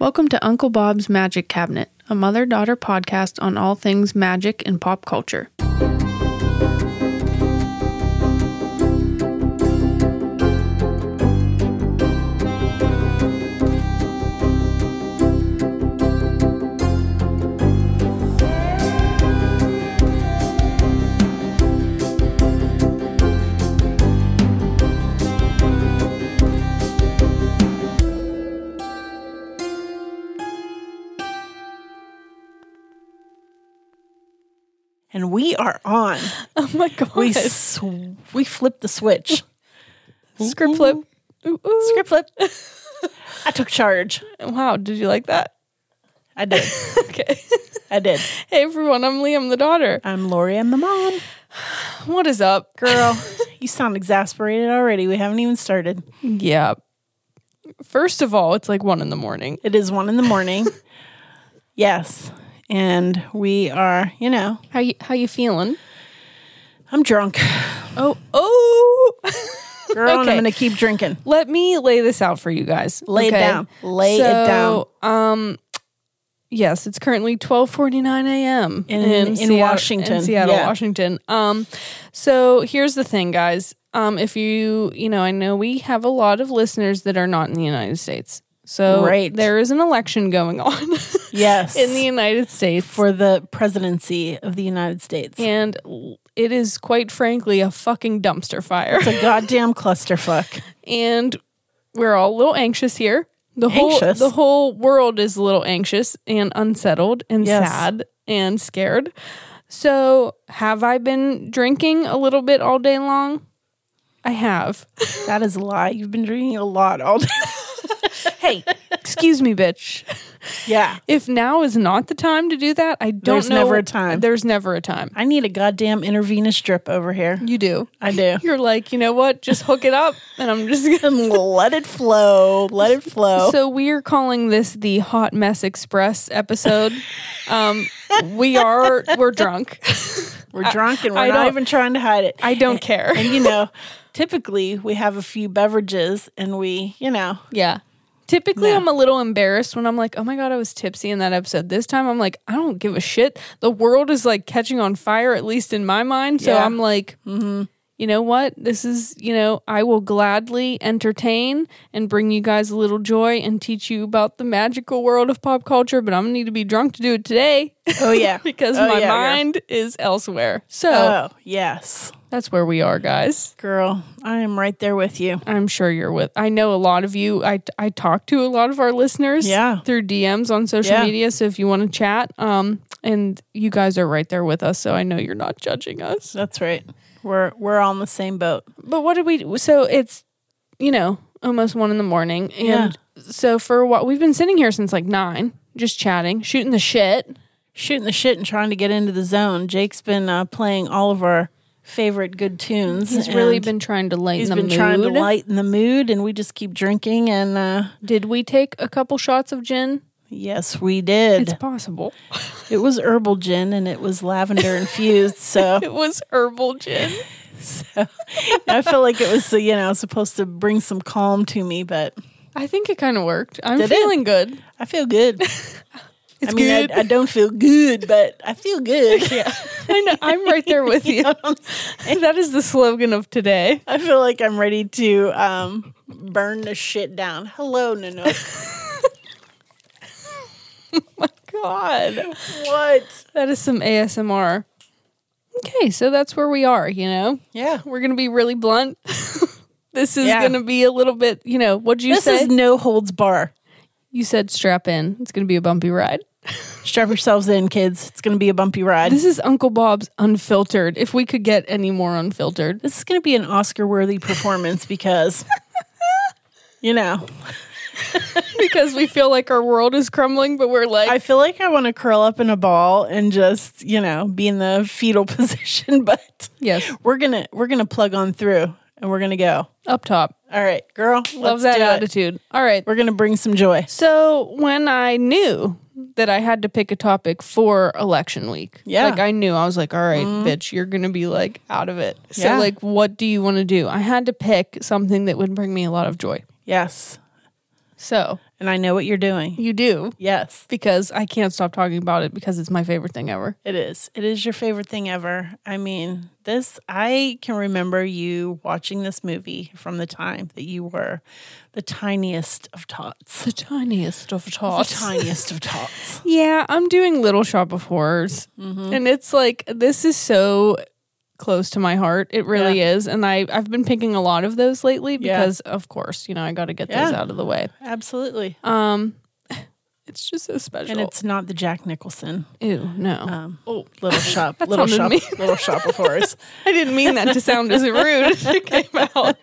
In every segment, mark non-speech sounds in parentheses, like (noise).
Welcome to Uncle Bob's Magic Cabinet, a mother daughter podcast on all things magic and pop culture. and we are on. (laughs) Oh my god. We sw- we flipped the switch. (laughs) script flip. Ooh, ooh. (laughs) Script flip. I took charge. Wow, did you like that? I did. (laughs) Okay. I did. hey everyone, I'm Liam the daughter. I'm Lori. I'm the mom. What is (laughs) up, Girl, you sound exasperated already. We haven't even started. yeah. First of all, it's like one in the morning. It is one in (laughs) the morning. yes, and we are. You know, How you how you feeling? I'm drunk, Oh oh (laughs) girl. and I'm Okay. gonna keep drinking. Let me lay this out for you guys. Lay it down. Lay it down. Um yes, it's currently 12:49 a.m. In- in Seattle- Washington. In Seattle, Yeah. Washington. Um so here's the thing, guys. Um if you, you know, I know we have a lot of listeners that are not in the United States. So Right. there is an election going on (laughs) Yes, in the United States for the presidency of the United States. and it is quite frankly a fucking dumpster fire. It's a goddamn clusterfuck. and we're all a little anxious here. The whole Anxious? the whole world is a little anxious and unsettled and Yes. sad and scared. So, have I been drinking a little bit all day long? I have. (laughs) That is a lie. You've been drinking a lot all day. (laughs) Hey, excuse me, bitch. yeah. If now is not the time to do that, I don't There's know. never a time. There's never a time. I need a goddamn intravenous drip over here. You do. I do. You're like, you know what? Just hook it up, and I'm just gonna (laughs) and let it flow. Let it flow. So we are calling this the Hot Mess Express episode. um, we are we're drunk. we're drunk and we're I not don't- even trying to hide it. I don't care. and you know, typically we have a few beverages and we, you know, Yeah. Typically, No. I'm a little embarrassed when I'm like, oh my God, I was tipsy in that episode. This time, I'm like, I don't give a shit. The world is like catching on fire, at least in my mind. So Yeah. I'm like, you know what? This is, you know, I will gladly entertain and bring you guys a little joy and teach you about the magical world of pop culture, but I'm going to need to be drunk to do it today. oh (laughs) yeah. (laughs) because Oh, my yeah, girl. mind is elsewhere. So Oh, yes. that's where we are, guys. Girl, I am right there with you. I'm sure you're with. I know a lot of you. I I talk to a lot of our listeners Yeah. through DMs on social Yeah. media. So if you want to chat, um, and you guys are right there with us. So I know you're not judging us. That's right. We're we're on the same boat. But what did we? So it's you know almost one in the morning, and so for what we've been sitting here since like nine, just chatting, shooting the shit. Shooting the shit and trying to get into the zone. Jake's been uh, playing all of our favorite good tunes. He's really and been trying to lighten He's the been mood. trying to lighten the mood, and we just keep drinking. And uh, Did we take a couple shots of gin? yes, we did. It's possible. it was herbal gin, and it was lavender (laughs) infused. (laughs) So It was herbal gin. I felt like it was, uh, you know, supposed to bring some calm to me, but I think it kind of worked. I'm Did it? feeling (laughs) good. I feel good. I (laughs) It's mean, good. I, I don't feel good, but I feel good. (laughs) Yeah, I know. I'm right there with (laughs) you. that is the slogan of today. I feel like I'm ready to um, burn the shit down. Hello, Nano. (laughs) My God, what? that is some ASMR. Okay, so that's where we are. You know, Yeah. we're gonna be really blunt. (laughs) this is Yeah. gonna be a little bit. You know, what'd you This say? is no holds bar. you said strap in. It's gonna be a bumpy ride. Strap yourselves in, kids. It's going to be a bumpy ride. This is Uncle Bob's unfiltered. If we could get any more unfiltered, (laughs) This is going to be an Oscar worthy performance because, you know, because we feel like our world is crumbling, but we're like, I feel like I want to curl up in a ball and just, you know, be in the fetal (laughs) position, but yes, we're going to we're going to plug on through and we're going to go. up top. All right, girl. Love that let's do it. attitude. All right. We're going to bring some joy. So when I knew that I had to pick a topic for election week, Yeah. like I knew I was like, all right, bitch, you're gonna be like out of it. So Yeah. like, what do you want to do? I had to pick something that would bring me a lot of joy. Yes. So and I know what you're doing. you do Yes, because I can't stop talking about it because it's my favorite thing ever. it is. It is your favorite thing ever. I mean, this, I can remember you watching this movie from the time that you were the tiniest of tots. The tiniest of The tots. (laughs) tiniest of tots. yeah, I'm doing Little Shop of Horrors, Mm-hmm. and it's like this is so close to my heart. It really is, and I I've been picking a lot of those lately Yeah. because, of course, you know I got to get those Yeah. out of the way. Absolutely. Um, it's just so special. And it's not the Jack Nicholson ew, no, um, (laughs) little shop, little Oh. sounded shop, mean. little shop (laughs) of horrors. I didn't mean that to sound as rude (laughs) as it came out.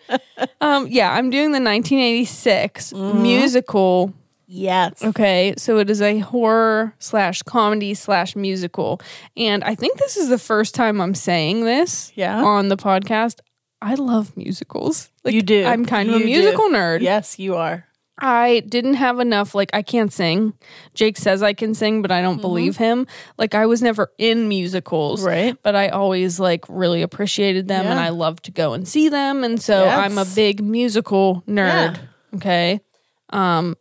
Um, yeah, I'm doing the 1986 Mm-hmm. musical. Yes. Okay, so it is a horror slash comedy slash musical, and I think this is the first time I'm saying this. Yeah. on the podcast, I love musicals. Like You do. I'm kind of You a do. musical nerd. Yes, you are. I didn't have enough. Like, I can't sing. Jake says I can sing, but I Mm-hmm. don't believe him. Like, I was never in musicals, Right. But I always like really appreciated them, and Yeah. I love to go and see them. And so Yes. I'm a big musical nerd. Yeah. Okay. Um,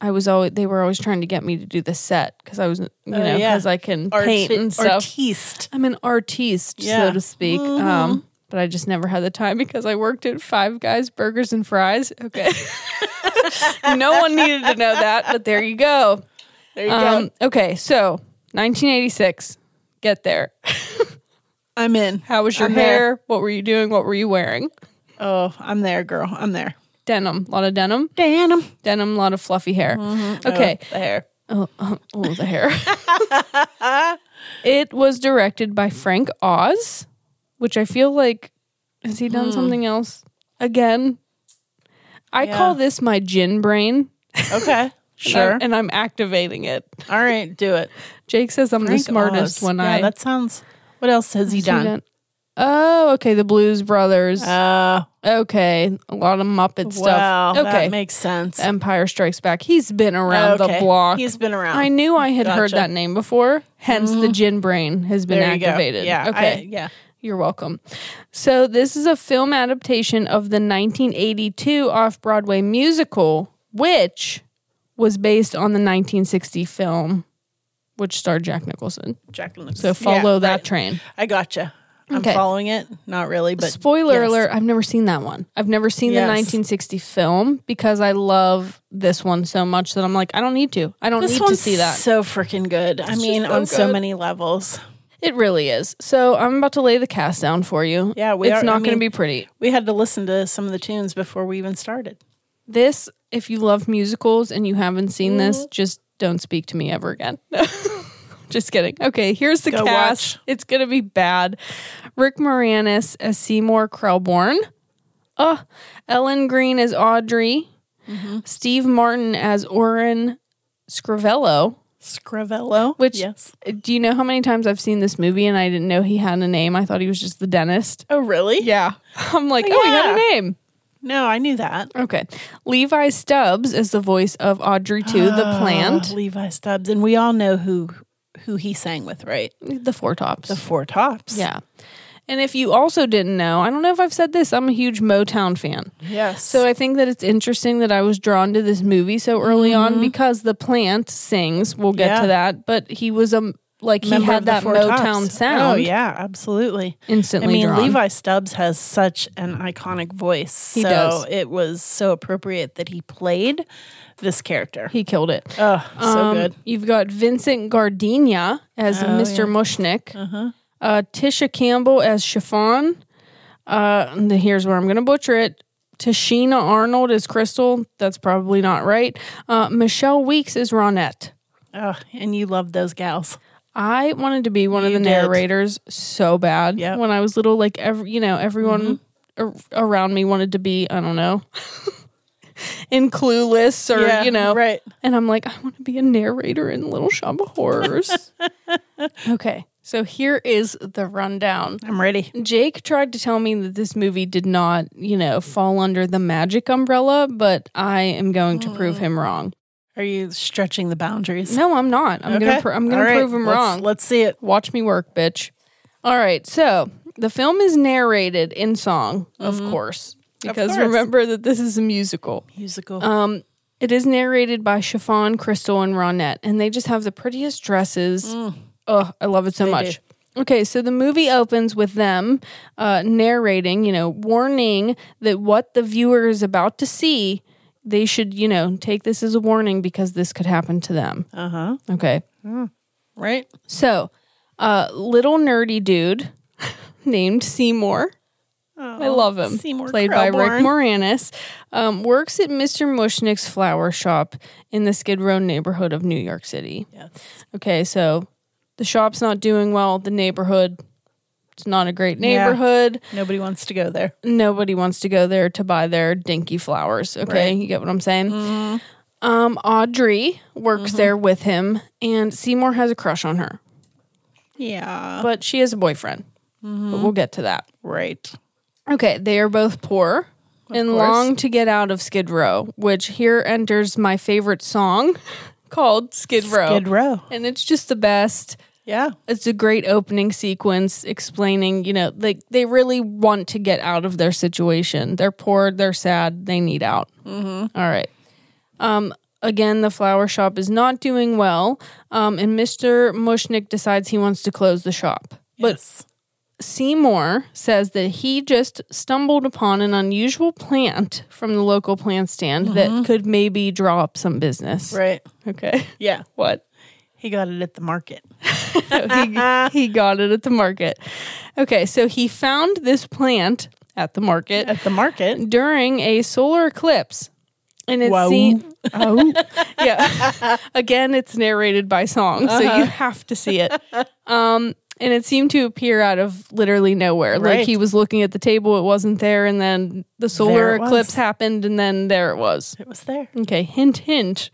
I was always they were always trying to get me to do the set because I was you know Oh, yeah. because I can Arti- paint and stuff. Artiste. I'm an artiste, so Yeah. Mm-hmm. to speak. Um, but I just never had the time because I worked at Five Guys Burgers and Fries. Okay. (laughs) no one needed to know that, but there you go. There you go. Um, okay, so 1986. Get there. I'm in. How was your I'm hair? there. What were you doing? What were you wearing? Oh, I'm there, girl. I'm there. Denim. A lot of denim. Denim. Denim, a lot of fluffy hair. Mm-hmm. Okay. The hair. Oh, oh, oh, the hair. it was directed by Frank Oz, which I feel like has he Hmm. done something else again? I Yeah. call this my gin brain. (laughs) Okay. Sure. and I'm activating it. All right. Do it. Jake says I'm the Frank smartest Oz. when yeah, I that sounds. What else has he see done? that. Oh, okay. The Blues Brothers. Uh, okay, a lot of Muppet wow. stuff. Okay, That makes sense. Empire Strikes Back. He's been around okay. the block. He's been around. I knew I had heard Gotcha. Mm-hmm. that name before. Hence, the gin brain has been There you go. activated. Yeah. I- Okay. yeah. You're welcome. So, this is a film adaptation of the 1982 off Broadway musical, which was based on the 1960 film, which starred Jack Nicholson. Jack and the So, follow that train. I gotcha. I'm Okay. following it. Not really, but Spoiler yes. alert, I've never seen that one. I've never seen the Yes. 1960 film because I love this one so much that I'm like, I don't need to. I don't This need to one's see that. so freaking good. I mean, so on so good. many levels. It really is. So I'm about to lay the cast down for you. Yeah, we it's are- not I going to mean- be pretty. We had to listen to some of the tunes before we even started. This, if you love musicals and you haven't seen this, just don't speak to me ever again. (laughs) just kidding. Okay, here's the Go cast. watch. It's going to be bad. Rick Moranis as Seymour Krelborn. Oh, Ellen Green as Audrey. Steve Martin as Oren Scrivello. Scrivello, Which- yes. Do you know how many times I've seen this movie and I didn't know he had a name? I thought he was just the dentist. Oh, really? Yeah. I'm like, oh, he had a Yeah. name. No, I knew that. Okay. Levi Stubbs is the voice of Audrey to the Uh, plant, Levi Stubbs, and we all know who who he sang with, right? the Four Tops. The Four Tops. yeah. And if you also didn't know, I don't know if I've said this, I'm a huge Motown fan. Yes. So I think that it's interesting that I was drawn to this movie so early on because the plant sings. We'll get Mm-hmm. Yeah. to that, but he was a like he Member of had the that Four Motown Tops. sound. Oh yeah, absolutely. I Instantly mean, drawn. Levi Stubbs has such an iconic voice. He so does. it was so appropriate that he played this character. He killed it. oh, so Um, good. You've got Vincent Gardenia as Oh, Mr. Mushnick, Uh-huh. uh Tisha Campbell as Chiffon. Uh, and then here's where I'm going to butcher it. Tashina Arnold is Crystal. That's probably not right. Uh, Michelle Weeks is Ronette. Oh, and you love those gals. I wanted to be one of the did. narrators so bad Yep. Mm-hmm. when I was little. Like every, you know, everyone ar- around me wanted to be. I don't know, (laughs) in Clueless or Yeah, you know, right. And I'm like, I want to be a narrator in Little Shop of (laughs) Horrors. okay, so here is the rundown. I'm ready. Jake tried to tell me that this movie did not, you know, fall under the magic umbrella, but I am going to Hmm. prove him wrong. Are you stretching the boundaries? No, I'm not. I'm gonna pr- I'm gonna All right. prove him Let's- wrong. Let's see it. Watch me work, bitch. All right. So the film is narrated in song, of course, because Mm-hmm. course. remember that this is a musical. Musical. Um, It is narrated by Chiffon, Crystal, and Ronette, and they just have the prettiest dresses. Ugh, I love it so much. Okay, so the movie opens with them uh, narrating, you know, warning that what the viewer is about to see, they should, you know, take this as a warning because this could happen to them. Uh huh. Okay. Right? So, uh, little nerdy dude named Seymour. I love him. Seymour played by Krelborn. Rick Moranis. Um, works at Mr. Mushnick's flower shop in the Skid Row neighborhood of New York City. Yes. Okay, so the shop's not doing well. The neighborhood, it's not a great neighborhood. Nobody wants to go there. Nobody wants to go there to buy their dinky flowers. Okay, you get what I'm saying? Um, Audrey works there with him, and Seymour has a crush on her, Yeah. but she has a boyfriend. But we'll get to that. Right. Okay, they are both poor and course. long to get out of Skid Row, which here enters my favorite song (laughs) called Skid Row. Skid Row. And it's just the best. Yeah. It's a great opening sequence explaining, you know, like they really want to get out of their situation. They're poor, they're sad, they need out. Mm-hmm. right. Um, again, the flower shop is not doing well, um, and Mr. Mushnick decides he wants to close the shop. But yes. Seymour says that he just stumbled upon an unusual plant from the local plant stand that could maybe draw up some business. Mm-hmm. Right. Okay. (laughs) Yeah. What? He got it at the market. he, (laughs) he got it at the market. Okay. So he found this plant at the market At the market. during a solar eclipse. And it Wow. Oh. seems. (laughs) yeah. (laughs) Again, it's narrated by song, Uh-huh. so you have to see it. Um, and it seemed to appear out of literally nowhere. Right. Like he was looking at the table, it wasn't there, and then the There solar it was. eclipse happened, and then there it was. It was there. Okay, hint, hint.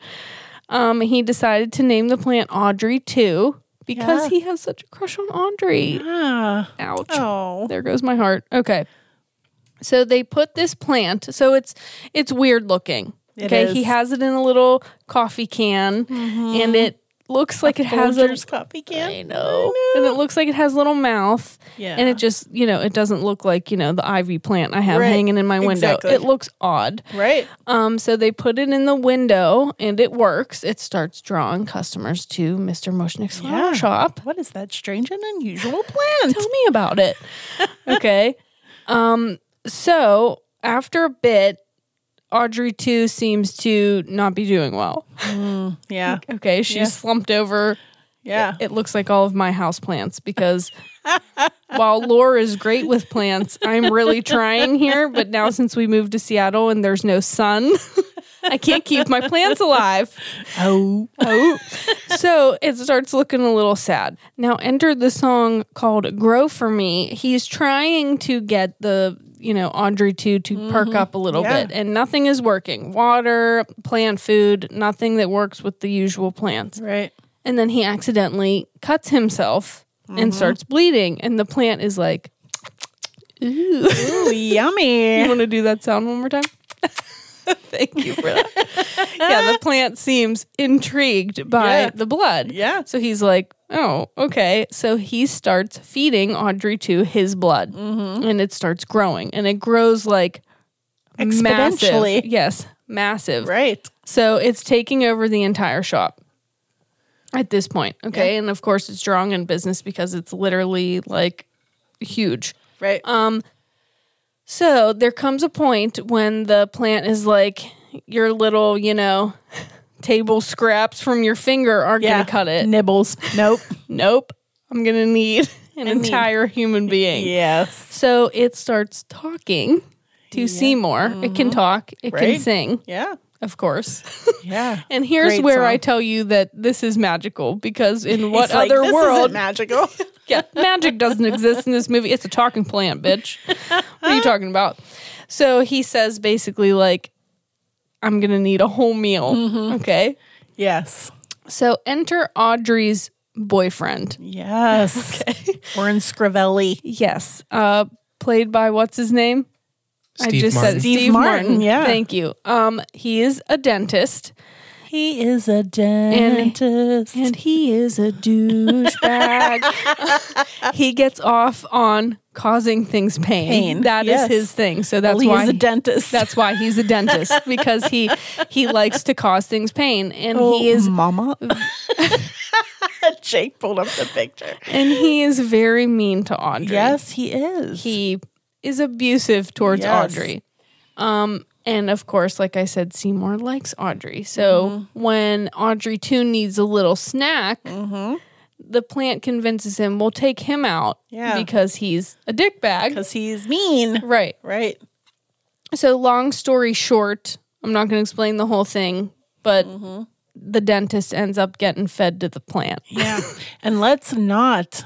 Um, he decided to name the plant Audrey too because Yeah. he has such a crush on Audrey. Ah. Ouch. Oh. There goes my heart. Okay. So they put this plant. So it's it's weird looking. It Okay, he is. Mm-hmm. has it in a little coffee can, and it looks like it has a. Folgers coffee can. I know, and it looks like it has a little mouth, Yeah. and it just you know it doesn't look like you know the ivy plant I have Right. hanging in my window. Exactly. It looks odd. Right. Um, so they put it in the window, and it works. It starts drawing customers to Mister Mushnick's flower Yeah. shop. What is that strange and unusual plant? Tell me about (laughs) it. okay. Um, so after a bit, Audrey too seems to not be doing (laughs) well. yeah. Okay. She's slumped over. Yeah. It looks like all of my house plants because while Laura is great with plants, I'm really trying here. But now since we moved to Seattle and there's no sun, (laughs) I can't keep my plants alive. Oh. (laughs) Oh. so it starts looking a little sad. Now enter the song called Grow For Me. He's trying to get the, you know, Audrey 2 to perk up a little Yeah. bit and nothing is working. Water, plant food, nothing that works with the usual plants. Right. And then he accidentally cuts himself Mm-hmm. and starts bleeding and the plant is like, ooh. Ooh, You yummy. want to do that sound one more time? (laughs) Thank you for that. yeah, the plant seems intrigued by Yeah. the blood. Yeah. So he's like, oh, okay. So he starts feeding Audrey to his blood Mm-hmm. and it starts growing and it grows like Exponentially. massive. Yes, massive. Right. So it's taking over the entire shop at this point. Okay. And of course, it's drawing in business because it's literally like huge. Right. Um, So there comes a point when the plant is like your little, you know, (laughs) table scraps from your finger aren't going to cut it. Nibbles. (laughs) Nope. Nope. I'm going to need an entire human being. yes. So it starts talking to Seymour. It can talk, it can Right. sing, Yeah. of course. Yeah. and here's Great where song. I tell you that this is magical because in what It's like, other this isn't world magical. yeah, magic doesn't exist in this movie. It's a talking plant, bitch. What are you talking about? So he says basically like, I'm gonna need a whole meal. Mm-hmm. Okay. (laughs) yes. So enter Audrey's boyfriend. Yes. We're in Scrivelli. Yes. Uh played by what's his name? Steve Martin. said Steve Martin, yeah. Thank you. Um, he is a dentist. He is a dentist. And he is a (laughs) douchebag. he gets off on causing things pain. Pain, That is yes. his thing. So that's Well, he why is a dentist. That's why he's a (laughs) dentist because he he likes to cause things pain, and Oh he is mama. (laughs) Jake pulled up the picture. and he is very mean to Audrey. Yes, he is. he is abusive towards Yes. Audrey. Um, and of course, like I said, Seymour likes Audrey. So Mm-hmm. when Audrey too needs a little snack, Mm-hmm. the plant convinces him we'll take him out Yeah. because he's a dick bag. because he's mean, Right. right? So long story short, I'm not going to explain the whole thing, but Mm-hmm. the dentist ends up getting fed to the plant. Yeah. and let's not,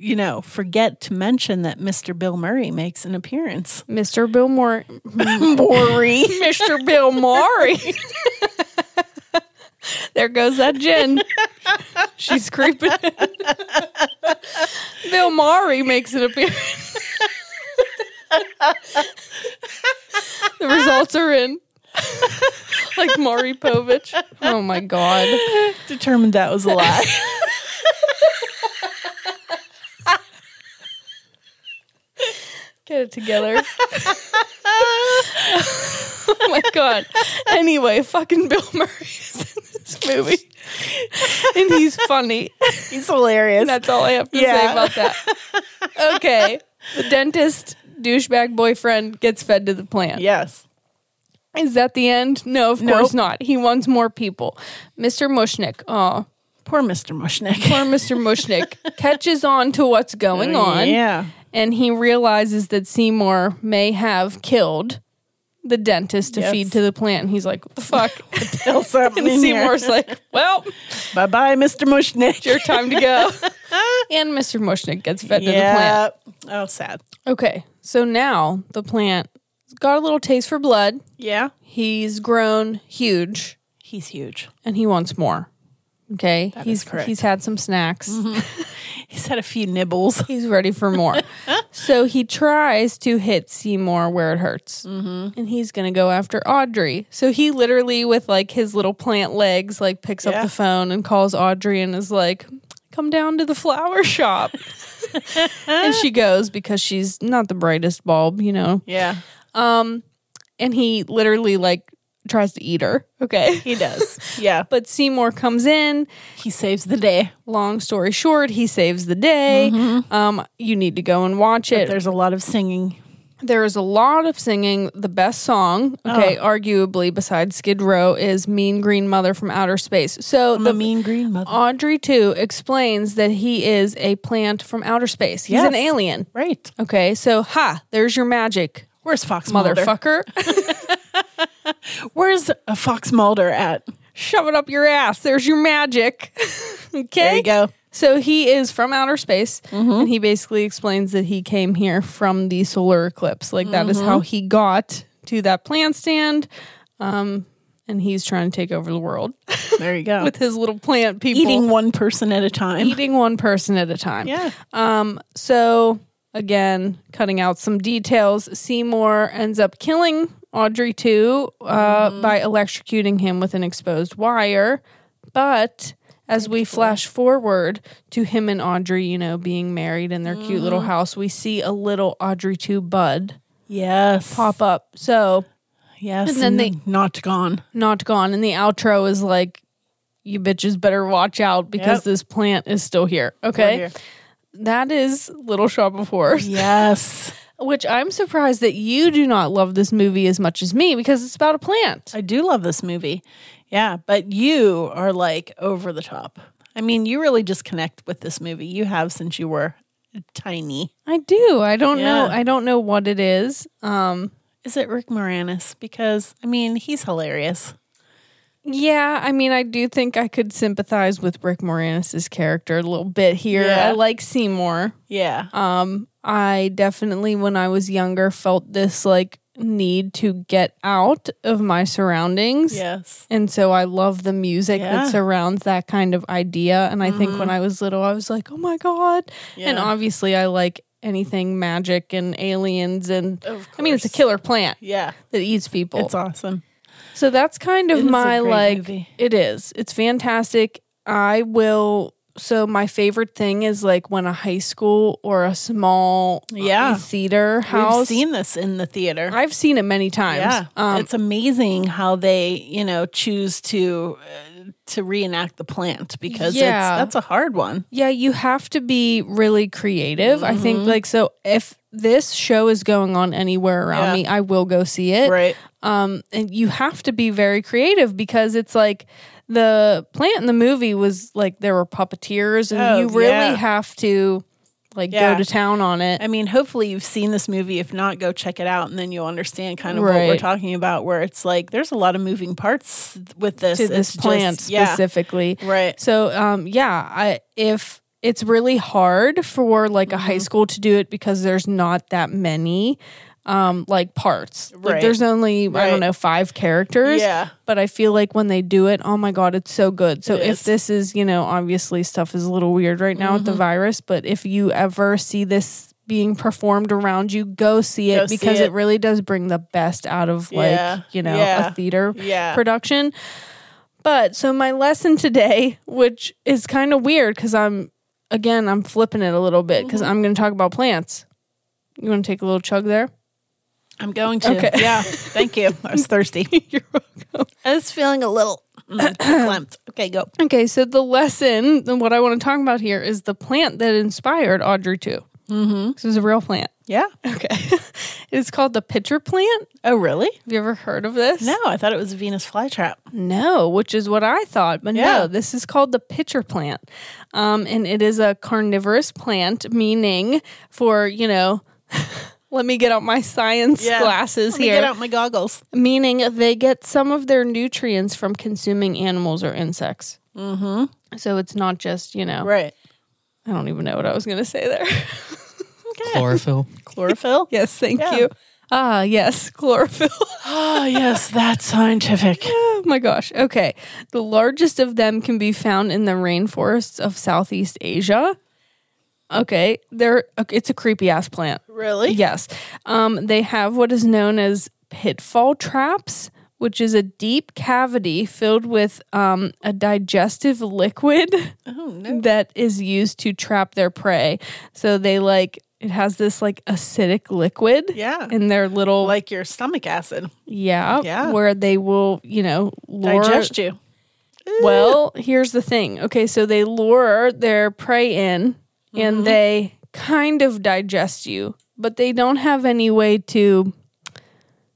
you know, forget to mention that Mr. Bill Murray makes an (laughs) appearance. Mr. Bill Moore, Murray. Mr. Bill Murray. there goes that gin. She's creeping. Bill Murray makes an appearance. the results are in. like Maury Povich. Oh my god. (laughs) Determined that was a lie. Get it together. oh my god. Anyway, fucking Bill Murray is in this movie. And he's funny. (laughs) he's hilarious. That's all I have to say Yeah. about that. Okay. The dentist douchebag boyfriend gets fed to the plant. yes. Is that the end? No, of Nope. course not. He wants more people. Mr. Mushnick, oh, Poor Mr. Mushnick. poor Mr. (laughs) Mushnick catches on to what's going on Oh, Yeah. and he realizes that Seymour may have killed the dentist to Yes. feed to the plant. And he's like, what the (laughs) fuck? Tell something and in Seymour's like, well, Bye bye, Mr. Mushnick. it's your time to (laughs) go. and Mr. Mushnick gets fed to the plant. yeah. Oh, sad. Okay, so now the plant has got a little taste for blood. Yeah. He's grown huge, He's huge. and he wants more. Okay, he's correct. Mm-hmm. he's had some snacks. He's had a few nibbles. (laughs) He's ready for more. (laughs) so he tries to hit Seymour where it hurts, Mm-hmm. and he's gonna go after Audrey. So he literally, with like his little plant legs, like picks up Yeah. the phone and calls Audrey and is like, "Come down to the flower (laughs) shop." and she goes because she's not the brightest bulb, you know. Yeah. and he literally like tries to eat her. Okay. He does. (laughs) Yeah. (laughs) But Seymour comes in. He saves the day. Long story short, he saves the day. Mm-hmm. Um, you need to go and watch it. There's a lot of singing. There is a lot of singing. The best song, Oh. okay, arguably besides Skid Row, is "Mean Green Mother" from Outer Space. So The the Oh. mean green mother. Audrey too explains that he is a plant from outer space. He's an Yes. alien. right. Okay, so ha, there's your magic, Where's Fox Mulder? motherfucker. (laughs) Where's a Fox Mulder at? Shove it up your ass. There's your magic. (laughs) okay. There you go. (laughs) So he is from outer space, Mm-hmm. and he basically explains that he came here from the solar eclipse. Like that is Mm-hmm. how he got to that plant stand, um, and he's trying to take over the world (laughs) There you go. with his little plant people, Eating one person at a time. eating one person at a time. Yeah. Um. So again, cutting out some details, Seymour ends up killing Audrey too uh, Mm-hmm. by electrocuting him with an exposed wire, but. As we flash forward to him and Audrey, you know, being married in their cute little Mm-hmm. house, we see a little Audrey 2 bud Yes. pop up. So, Yes. And then they- not gone. not gone. And the outro is like, you bitches better watch out because Yep. this plant is still here. Okay. here. That is Little Shop of Horrors. Yes. Which I'm surprised that you do not love this movie as much as me because it's about a plant. I do love this movie. Yeah, but you are like over the top. I mean, you really just connect with this movie. You have since you were tiny. I do. I don't know. Yeah. I don't know what it is. Um, Is it Rick Moranis? Because I mean, he's hilarious. yeah, I mean, I do think I could sympathize with Rick Moranis' character a little bit here. Yeah. I like Seymour. Yeah. Um, I definitely, when I was younger, felt this like need to get out of my surroundings. yes. And so I love the music Yeah. Mm-hmm. that surrounds that kind of idea. And I think when I was little, I was like, oh my God. And Yeah. obviously, I like anything magic and aliens. And Of I mean, it's a killer plant Yeah. that eats people. It's awesome. So that's kind of It is a my great like movie. it is. It's fantastic. I will so my favorite thing is like when a high school or a small uh, Yeah. theater We've house seen this in the theater. I've seen it many times. yeah, Um, it's amazing how they, you know, choose to uh, to reenact the plant because Yeah. it's that's a hard one. Yeah, you have to be really creative. I think Mm-hmm. like so if this show is going on anywhere around Yeah. me, I will go see it. Right. Um and you have to be very creative because it's like the plant in the movie was like there were puppeteers and Oh, you really yeah. have to like Yeah. go to town on it. I mean, hopefully you've seen this movie. If not, go check it out, and then you'll understand kind of what we're Right. talking about. Where it's like there's a lot of moving parts with this. to It's this plant just, yeah, specifically. right? So um yeah, I if it's really hard for like a Mm-hmm. high school to do it because there's not that many um like parts. Like Right. there's only I Right. don't know 5 characters. Yeah. But I feel like when they do it, oh my god, it's so good. So It if is. Mm-hmm. this is, you know, obviously stuff is a little weird right now with the virus, but if you ever see this being performed around you, go see it Go see because it. it. really does bring the best out of like, Yeah. you know, Yeah. a theater Yeah. production. But so my lesson today, which is kind of weird because I'm again I'm flipping it a little bit because Mm-hmm. I'm going to talk about plants. You want to take a little chug there? (laughs) I'm going to. Okay. Yeah. Thank you. I was thirsty. You're welcome. (laughs) I was feeling a little (clears throat) mm, clamped. Okay, go. Okay, so the lesson, and what I want to talk about here is the plant that inspired Audrey too. Mm-hmm. This is a real plant. Yeah. Okay, (laughs) it's called the pitcher plant. Oh, really? Have you ever heard of this? No, I thought it was a Venus flytrap. No, which is what I thought, but Yeah. no, this is called the pitcher plant. Um, and it is a carnivorous plant, meaning for, you know, (laughs) let me get out my science glasses Let me get here. out my goggles. Meaning they get some of their nutrients from consuming animals or insects. Mm-hmm. So it's not just, you know, Right. I don't even know what I was going to say there. (laughs) Chlorophyll. Chlorophyll. yes, thank (laughs) Yeah. you. Ah, yes, (laughs) chlorophyll. oh, yes, that's scientific. Oh my gosh. Okay. The largest of them can be found in the rainforests of Southeast Asia. Okay. They're okay, it's a creepy ass plant. Really? Yes. Um, they have what is known as pitfall traps, which is a deep cavity filled with um, a digestive liquid Oh no. that is used to trap their prey. So they like it has this like acidic liquid Yeah. in their little Like your stomach acid. yeah, Yeah. where they will, you know, lure Digest you. well, here's the thing. Okay, so they lure their prey in and they kind of digest you, but they don't have any way to (laughs)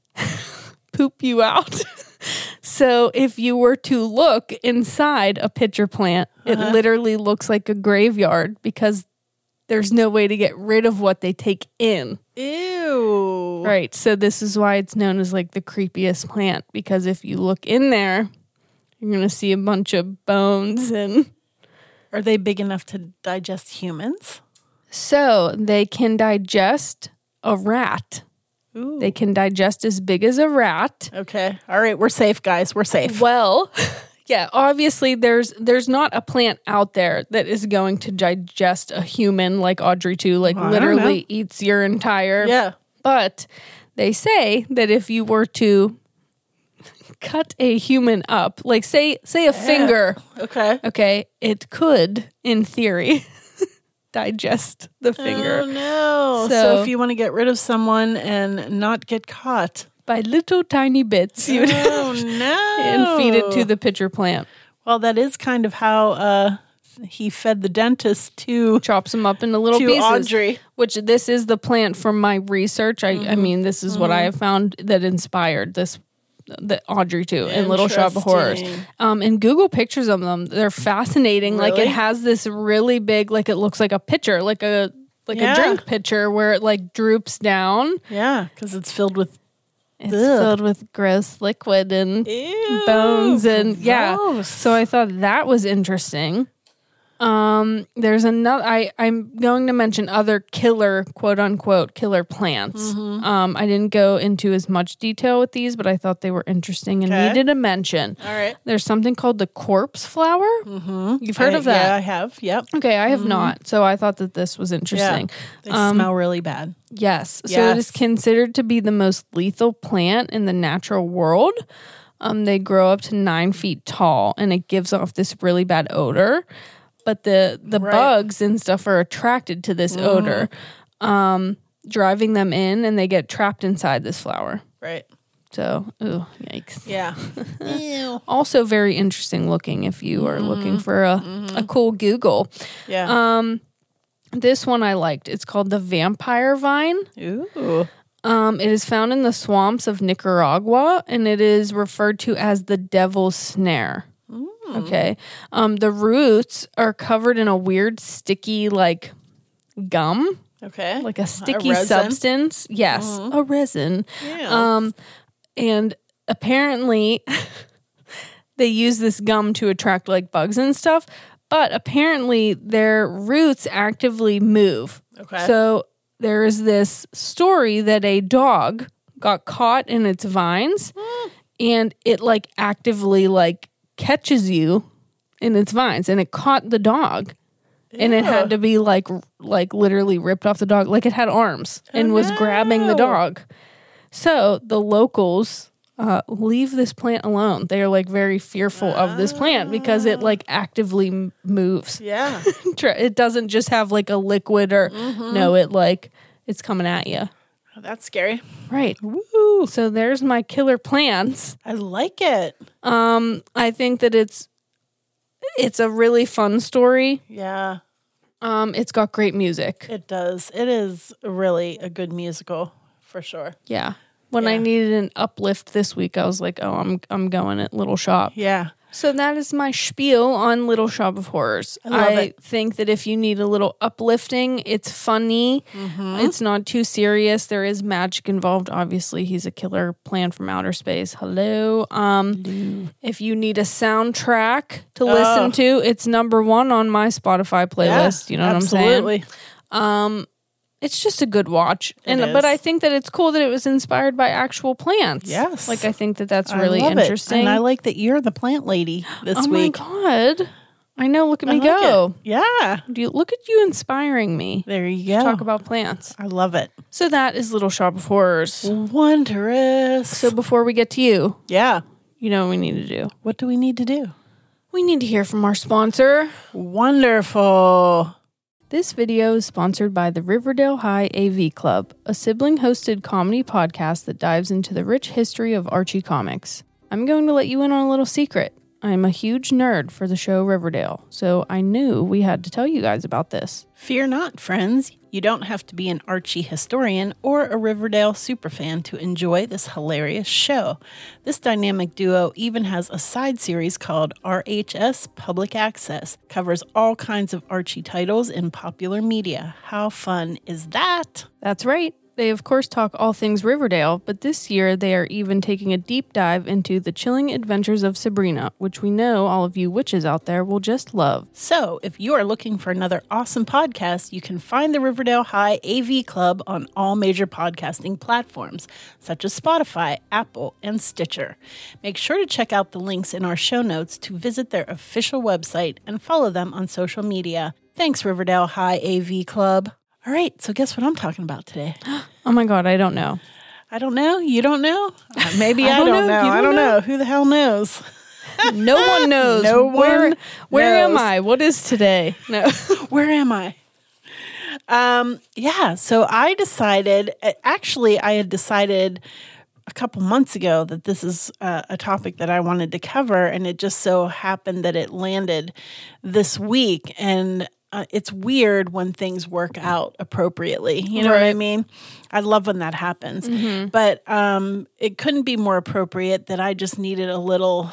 poop you out. (laughs) so if you were to look inside a pitcher plant, it literally looks like a graveyard because there's no way to get rid of what they take in. Ew. Right. So this is why it's known as like the creepiest plant because if you look in there, you're going to see a bunch of bones and Are they big enough to digest humans? so they can digest a rat. Ooh. They can digest as big as a rat. Okay. All right, we're safe, guys. We're safe. Well, (laughs) yeah, obviously there's there's not a plant out there that is going to digest a human like Audrey 2 like I don't literally eats your entire Yeah. But they say that if you were to cut a human up, like say say a finger, Okay. okay, it could in theory (laughs) digest the finger Oh no. (laughs) So, So- if you want to get rid of someone and not get caught. by little tiny bits you would (laughs) Oh (laughs) no. and feed it to the pitcher plant. Well, that is kind of how uh he fed the dentist to Chops them up into little to pieces. Audrey. Which this is the plant from my research. I, Mm-hmm. I mean, this is what I have found that inspired this, the Audrey too, in Little Shop of Horrors. Interesting. Um, and Google pictures of them. They're fascinating. Like Really? it has this really big, like it looks like a pitcher, like a like Yeah. a drink pitcher where it like droops down. Yeah, because it's filled with It's Ugh. filled with gross liquid and Ew, bones and yeah. gross. So I thought that was interesting. Um, there's another. I I'm going to mention other killer quote unquote killer plants. Mm-hmm. Um, I didn't go into as much detail with these, but I thought they were interesting and Okay. needed a mention. All right. There's something called the corpse flower. You've heard Mm-hmm. I- of that? Yeah, Mm-hmm. I have. Yep. Okay, I have not. So I thought that this was interesting. They smell really bad. Yes. So it Yes. is considered to be the most lethal plant in the natural world. Um, they grow up to nine feet tall, and it gives off this really bad odor. But the the Right. Mm-hmm. bugs and stuff are attracted to this odor, um, driving them in, and they get trapped inside this flower. Right. So, ooh, yikes! (laughs) Yeah. Ew. Also, very interesting looking if you are looking Mm-hmm. for a, a cool Google. Yeah. This one I liked. It's called the vampire vine. Ooh. Um, it is found in the swamps of Nicaragua and it is referred to as the devil's snare. Okay. Um, the roots are covered in a weird sticky, like gum, Okay. like a sticky resin? substance. Yes, a resin. yeah. Um, and apparently, (laughs) they use this gum to attract like bugs and stuff. But apparently, their roots actively move. Okay. So there is this story that a dog got caught in its vines, Hmm. and it like actively like catches you in its vines, and it caught the dog. And it had to be like, r- like literally ripped off the dog. Like it had arms and was grabbing the Oh, no. dog. So the locals uh, leave this plant alone. They are like very fearful of this plant because Ah. it like actively m- moves. yeah. (laughs) Tr- It doesn't just have like a liquid or no, it like it's coming at you. That's scary. Right. Woo. So there's my killer plants. I like it. Um, I think that it's it's a really fun story. Yeah. Um, it's got great music. It does. It is really a good musical for sure. Yeah. When I Yeah. needed an uplift this week, I was like, "Oh, I'm I'm going at Little Shop." Yeah. So that is my spiel on Little Shop of Horrors. I, love it. think that if you need a little uplifting, it's funny. Mm-hmm. It's not too serious. There is magic involved. Obviously, he's a killer plan from outer space. Hello. Um, If you need a soundtrack to Oh. listen to, it's number one on my Spotify playlist. you know what I'm saying? Absolutely. It's just a good watch, and is. but I think that it's cool that it was inspired by actual plants. Yes. like I think that that's I really love it. interesting. And I like that you're the plant lady this oh week. my god! I know. Look at me I like go. it. Yeah. Do you look at you inspiring me? There you go. Talk about plants. I love it. So that is Little Shop of Horrors. Wondrous. So before we get to you, yeah. you know what we need to do. What do we need to do? We need to hear from our sponsor. Wonderful. This video is sponsored by the Riverdale High AV Club, a sibling hosted comedy podcast that dives into the rich history of Archie comics. I'm going to let you in on a little secret. I'm a huge nerd for the show Riverdale, so I knew we had to tell you guys about this. Fear not, friends. You don't have to be an Archie historian or a Riverdale superfan to enjoy this hilarious show. This dynamic duo even has a side series called RHS Public Access. Covers all kinds of Archie titles in popular media. How fun is that? That's right. They, of course, talk all things Riverdale, but this year they are even taking a deep dive into the chilling adventures of Sabrina, which we know all of you witches out there will just love. So, if you are looking for another awesome podcast, you can find the Riverdale High AV Club on all major podcasting platforms, such as Spotify, Apple, and Stitcher. Make sure to check out the links in our show notes to visit their official website and follow them on social media. Thanks, Riverdale High AV Club. All right, so guess what I'm talking about today? Oh my god, I don't (laughs) know. I don't know. You don't know? Uh, Maybe (laughs) I, don't know. don't, know. You I don't don't know. Who the hell knows? No one knows. No one Where, where am knows. I? What is today? (laughs) No. where am I? Um, yeah, so I decided, actually, I had decided a couple months ago that this is uh, a topic that I wanted to cover, and it just so happened that it landed this week. And uh, it's weird when things work out appropriately. You know what I mean? I love when that happens. But um, it couldn't be more appropriate that I just needed a little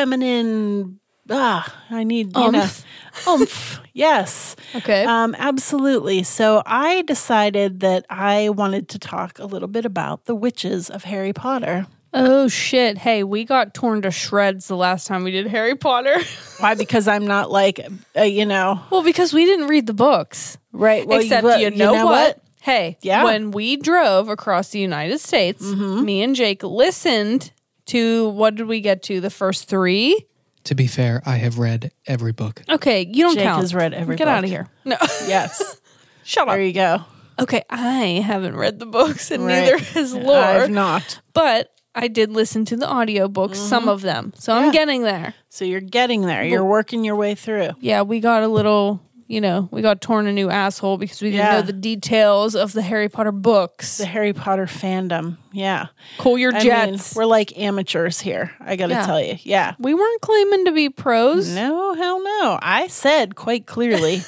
feminine. Ah, I need you know, Oomph. oomph. Yes. Okay. Um, absolutely. So I decided that I wanted to talk a little bit about the witches of Harry Potter. oh shit. Hey, we got torn to shreds the last time we did Harry Potter. (laughs) Why? Because I'm not like, uh, you know, well, because we didn't read the books. right. Well, Except but you, know what? Hey, Yeah. when we drove across the United States, me and Jake listened to what did we get to? The first three? To be fair, I have read every book. Okay, you don't Jake count. has read every Get book. out of here. No. (laughs) Yes. Shut there up. you go. Okay, I haven't read the books and Right. neither has I've Laura. not. but I did listen to the audiobooks, some of them. So Yeah. I'm getting there. So you're getting there. You're working your way through. Yeah, we got a little, you know, we got torn a new asshole because we didn't Yeah. know the details of the Harry Potter books. The Harry Potter fandom. Yeah. Cool your I mean, jets. we're like amateurs here. I got to Yeah. tell you. Yeah. we weren't claiming to be pros. No, hell no. I said (laughs) quite clearly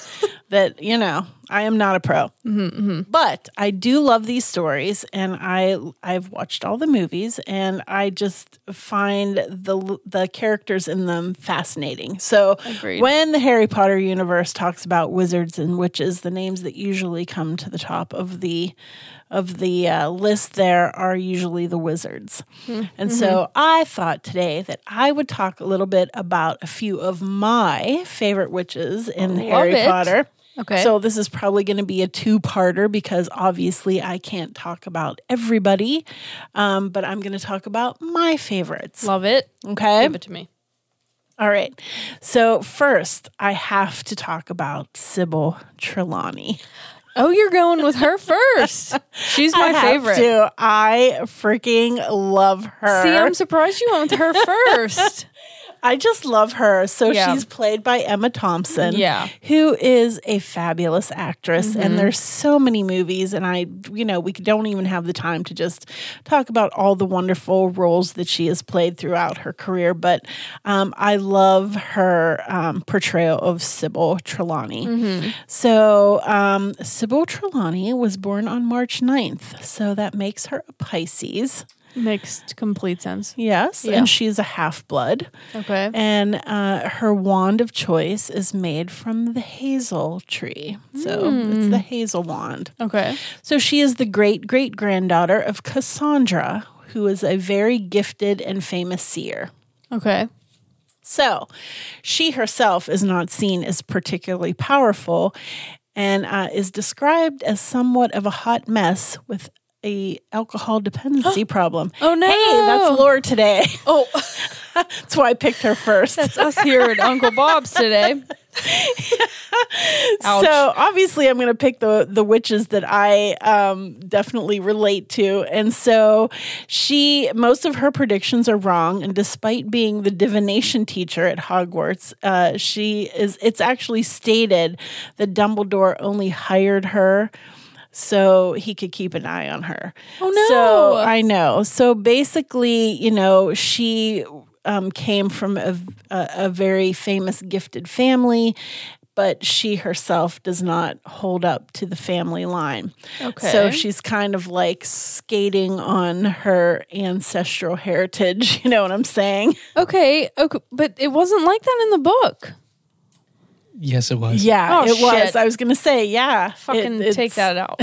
that, you know, I am not a pro. But I do love these stories and I I've watched all the movies and I just find the the characters in them fascinating. So Agreed. when the Harry Potter universe talks about wizards and witches, the names that usually come to the top of the of the uh, list there are usually the wizards. And so Mm-hmm. I thought today that I would talk a little bit about a few of my favorite witches in Harry it. Potter. Okay. So this is probably going to be a two-parter because obviously I can't talk about everybody, um, but I'm going to talk about my favorites. Love it. Okay. Give it to me. All right. So first, I have to talk about Sybil Trelawney. Oh, you're going with her (laughs) first. She's my I have favorite. to. I freaking love her. See, I'm surprised you went with her (laughs) first. I just love her. So Yeah. she's played by Emma Thompson, Yeah. Mm-hmm. who is a fabulous actress. And there's so many movies, and I, you know, we don't even have the time to just talk about all the wonderful roles that she has played throughout her career. But um, I love her um, portrayal of Sybil Trelawney. Mm-hmm. So um, Sybil Trelawney was born on March 9th, so that makes her a Pisces. Makes complete sense. Yes, Yeah. and she's a half blood. Okay. And uh, her wand of choice is made from the hazel tree. So it's Hmm. the hazel wand. Okay. So she is the great great granddaughter of Cassandra, who is a very gifted and famous seer. Okay. So she herself is not seen as particularly powerful and uh, is described as somewhat of a hot mess with a alcohol (gasps) dependency problem. Oh, no. Hey, that's Laura today. Oh, (laughs) that's why I picked her first. it's us here at Uncle Bob's today. (laughs) Ouch. So obviously, I'm going to pick the the witches that I um, definitely relate to, and so she most of her predictions are wrong. And despite being the divination teacher at Hogwarts, uh, she is. It's actually stated that Dumbledore only hired her. So he could keep an eye on her. Oh no. So I know. So basically, you know, she um, came from a, a, a very famous gifted family, but she herself does not hold up to the family line. Okay. So she's kind of like skating on her ancestral heritage. (laughs) You know what I'm saying? okay. Okay. But it wasn't like that in the book. Yes, it was. Yeah, Oh, it was. shit. I was going to say, yeah. it- Fucking take it's- that (laughs) out.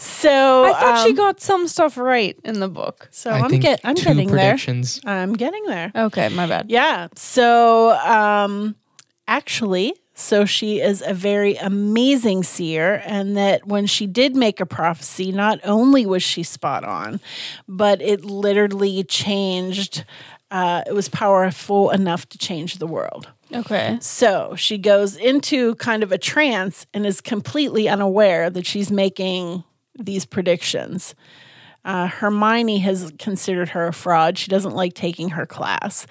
So I thought she um, got some stuff right in the book. So I I'm think get I'm two getting there. predictions. I'm getting there. Okay. My bad. Yeah. So um actually so she is a very amazing seer and that when she did make a prophecy not only was she spot on but it literally changed uh, it was powerful enough to change the world Okay. so she goes into kind of a trance and is completely unaware that she's making these predictions. Uh, Hermione has considered her a fraud. She doesn't like taking her class.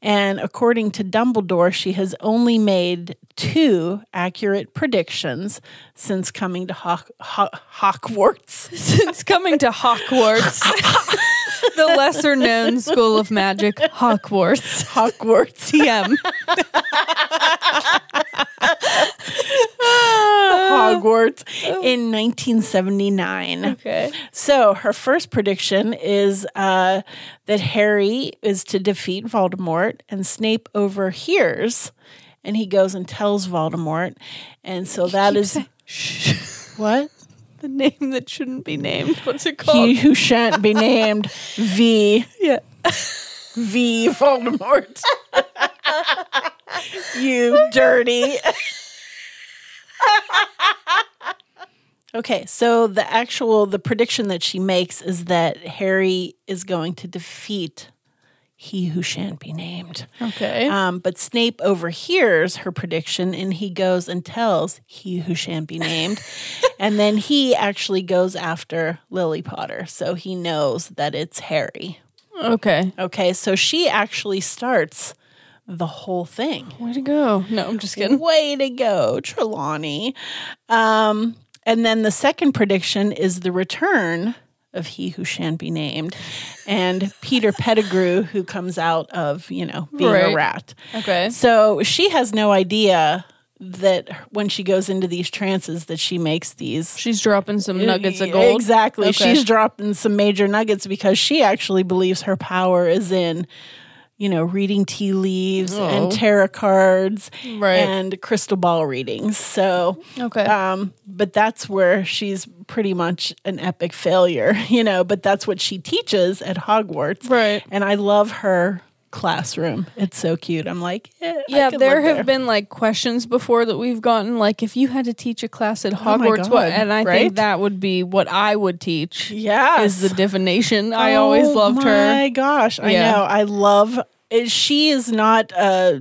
And according to Dumbledore, she has only made two accurate predictions since coming to Hawk, Hawk, Hogwarts. (laughs) Since coming to Hogwarts, (laughs) the lesser known school of magic, Hogwarts. (laughs) Hogwarts. TM. Hogwarts in 1979. Okay. So her first prediction is uh, that Harry is to defeat Voldemort, and Snape overhears, and he goes and tells Voldemort, and so that is what The name that shouldn't be named. What's it called? he who shan't be named V yeah. V Voldemort. you dirty. okay, so the actual the prediction that she makes is that Harry is going to defeat he who shan't be named. Okay. Um, but Snape overhears her prediction and he goes and tells he who shan't be named. (laughs) and then he actually goes after Lily Potter. So he knows that it's Harry. okay. Okay. So she actually starts the whole thing. Way to go. No, I'm just kidding. Way to go, Trelawney. Um, and then the second prediction is the return of he who shan't be named and Peter Pettigrew, who comes out of, you know, being Right. a rat. Okay. So she has no idea that when she goes into these trances that she makes these She's dropping some nuggets of gold. Exactly. Okay. She's dropping some major nuggets because she actually believes her power is in you know, reading tea leaves Oh. and tarot cards Right. and crystal ball readings. So, Okay. um, but that's where she's pretty much an epic failure, (laughs) you know, but that's what she teaches at Hogwarts. Right. And I love her classroom. It's so cute. I'm like, eh, I yeah, could there live have been like questions before that we've gotten like if you had to teach a class at my Hogwarts, what? God, And I right? think that would be what I would teach. Yes. Is the divination. I always Oh loved My her. gosh, I Yeah. know. I love. eh, She is not, uh,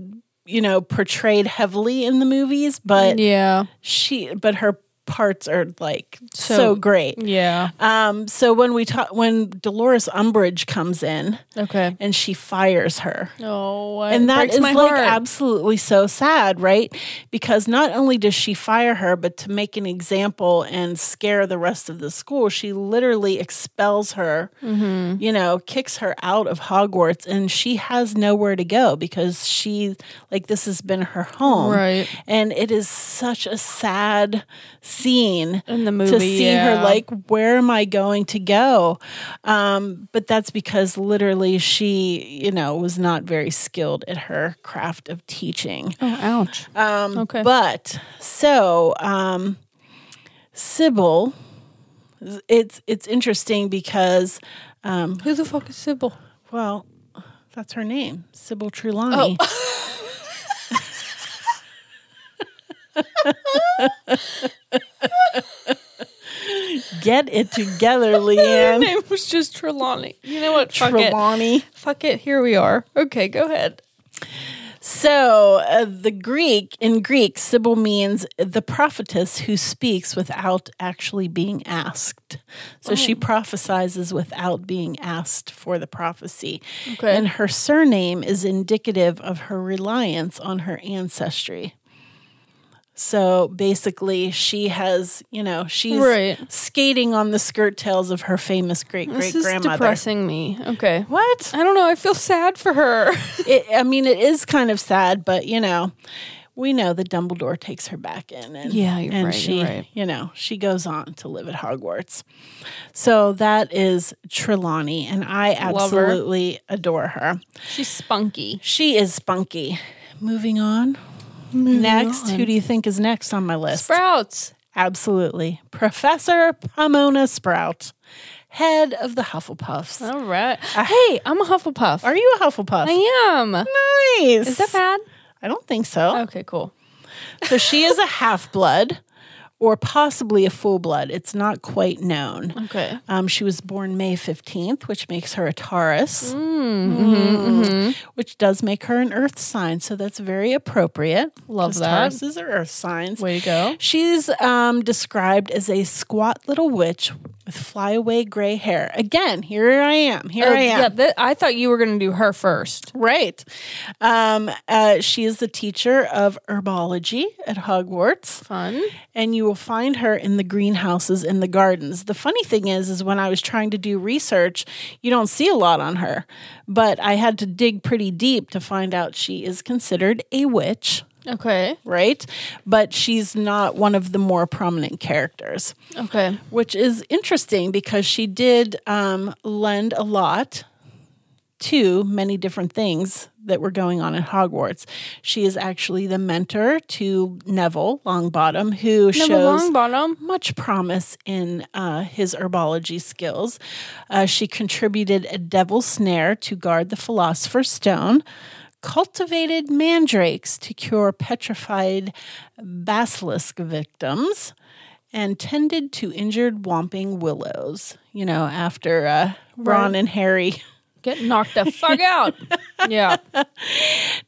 you know, portrayed heavily in the movies, but Yeah. she, but her parts are like so, So- great. Yeah. Um, so when we talk, when Dolores Umbridge comes in Okay. and she fires her, Oh, and that breaks is my like heart. absolutely so sad, right? Because not only does she fire her, but to make an example and scare the rest of the school, she literally expels her, Mm-hmm. you know, kicks her out of Hogwarts, and she has nowhere to go because she, like, this has been her home. Right. And it is such a sad scene in the movie to see her yeah. like where am i going to go um but that's because literally she you know was not very skilled at her craft of teaching Oh, ouch. um Okay. but so um sybil it's it's interesting because um Who the fuck is (laughs) Sybil? well that's her name sybil trelawney (laughs) Get it together, Her Leanne. name was just Trelawney. You know what? Fuck it. Trelawney. Fuck it. Here we are. Okay, go ahead. So, uh, the Greek, in Greek, Sybil means the prophetess who speaks without actually being asked. So, Oh. she prophesizes without being asked for the prophecy. Okay. And her surname is indicative of her reliance on her ancestry. So basically, she has, you know, she's Right. skating on the skirt tails of her famous great great This is grandmother. depressing me. Okay. What? I don't know. I feel sad for (laughs) her. it, I mean, it is kind of sad, but you know, we know that Dumbledore takes her back in, and Yeah, you're and right, she, you're right. you know, she goes on to live at Hogwarts. So that is Trelawney, and I Love her. absolutely adore her. She's spunky. She is spunky. Moving on. next, who do you think is next on my list? Sprouts. Absolutely, Professor Pomona Sprout, head of the Hufflepuffs. Uh, All right. hey, I'm a Hufflepuff. Are you a Hufflepuff? I am. nice. Is that Oh, bad? I don't think so. Okay, cool. So she is a half blood or possibly a full blood. It's not quite known. Okay. Um, she was born May 15th, which makes her a Taurus, Mm-hmm, Mm. which does make her an earth sign. So that's very appropriate. Love 'cause that. Tauruses are earth signs. Way to go. She's um, described as a squat little witch with flyaway gray hair. Again, here I am. Here Oh, I am. Yeah, that, I thought you were going to do her first. Right. Um, uh, she is the teacher of herbology at Hogwarts. Fun. and you will find her in the greenhouses in the gardens. The funny thing is is when I was trying to do research, you don't see a lot on her, but I had to dig pretty deep to find out she is considered a witch, Okay. right? But she's not one of the more prominent characters, Okay. which is interesting because she did um, lend a lot to many different things that were going on in Hogwarts. She is actually the mentor to Neville Longbottom who Neville shows Longbottom. much promise in uh, his herbology skills. Uh, she contributed a devil's snare to guard the philosopher's stone, cultivated mandrakes to cure petrified basilisk victims, and tended to injured whomping willows. You know, after uh, Ron and Harry (laughs) Get knocked the (laughs) fuck out. Yeah.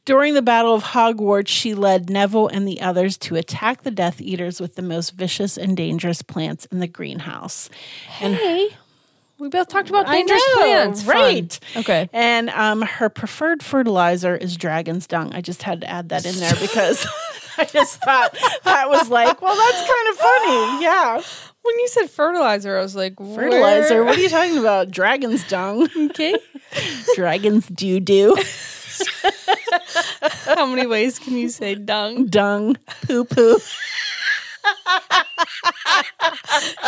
During the Battle of Hogwarts, she led Neville and the others to attack the Death Eaters with the most vicious and dangerous plants in the greenhouse. Hey. We both talked about I dangerous know, plants. Fun. right? Okay. And um, her preferred fertilizer is dragon's dung. I just had to add that in there because (laughs) I just thought that was like, well, that's kind of funny. Yeah, When you said fertilizer, I was like, where- fertilizer. What are you talking about? Dragon's dung. (laughs) Okay. Dragons do do (laughs) How many ways can you say dung? dung poo poo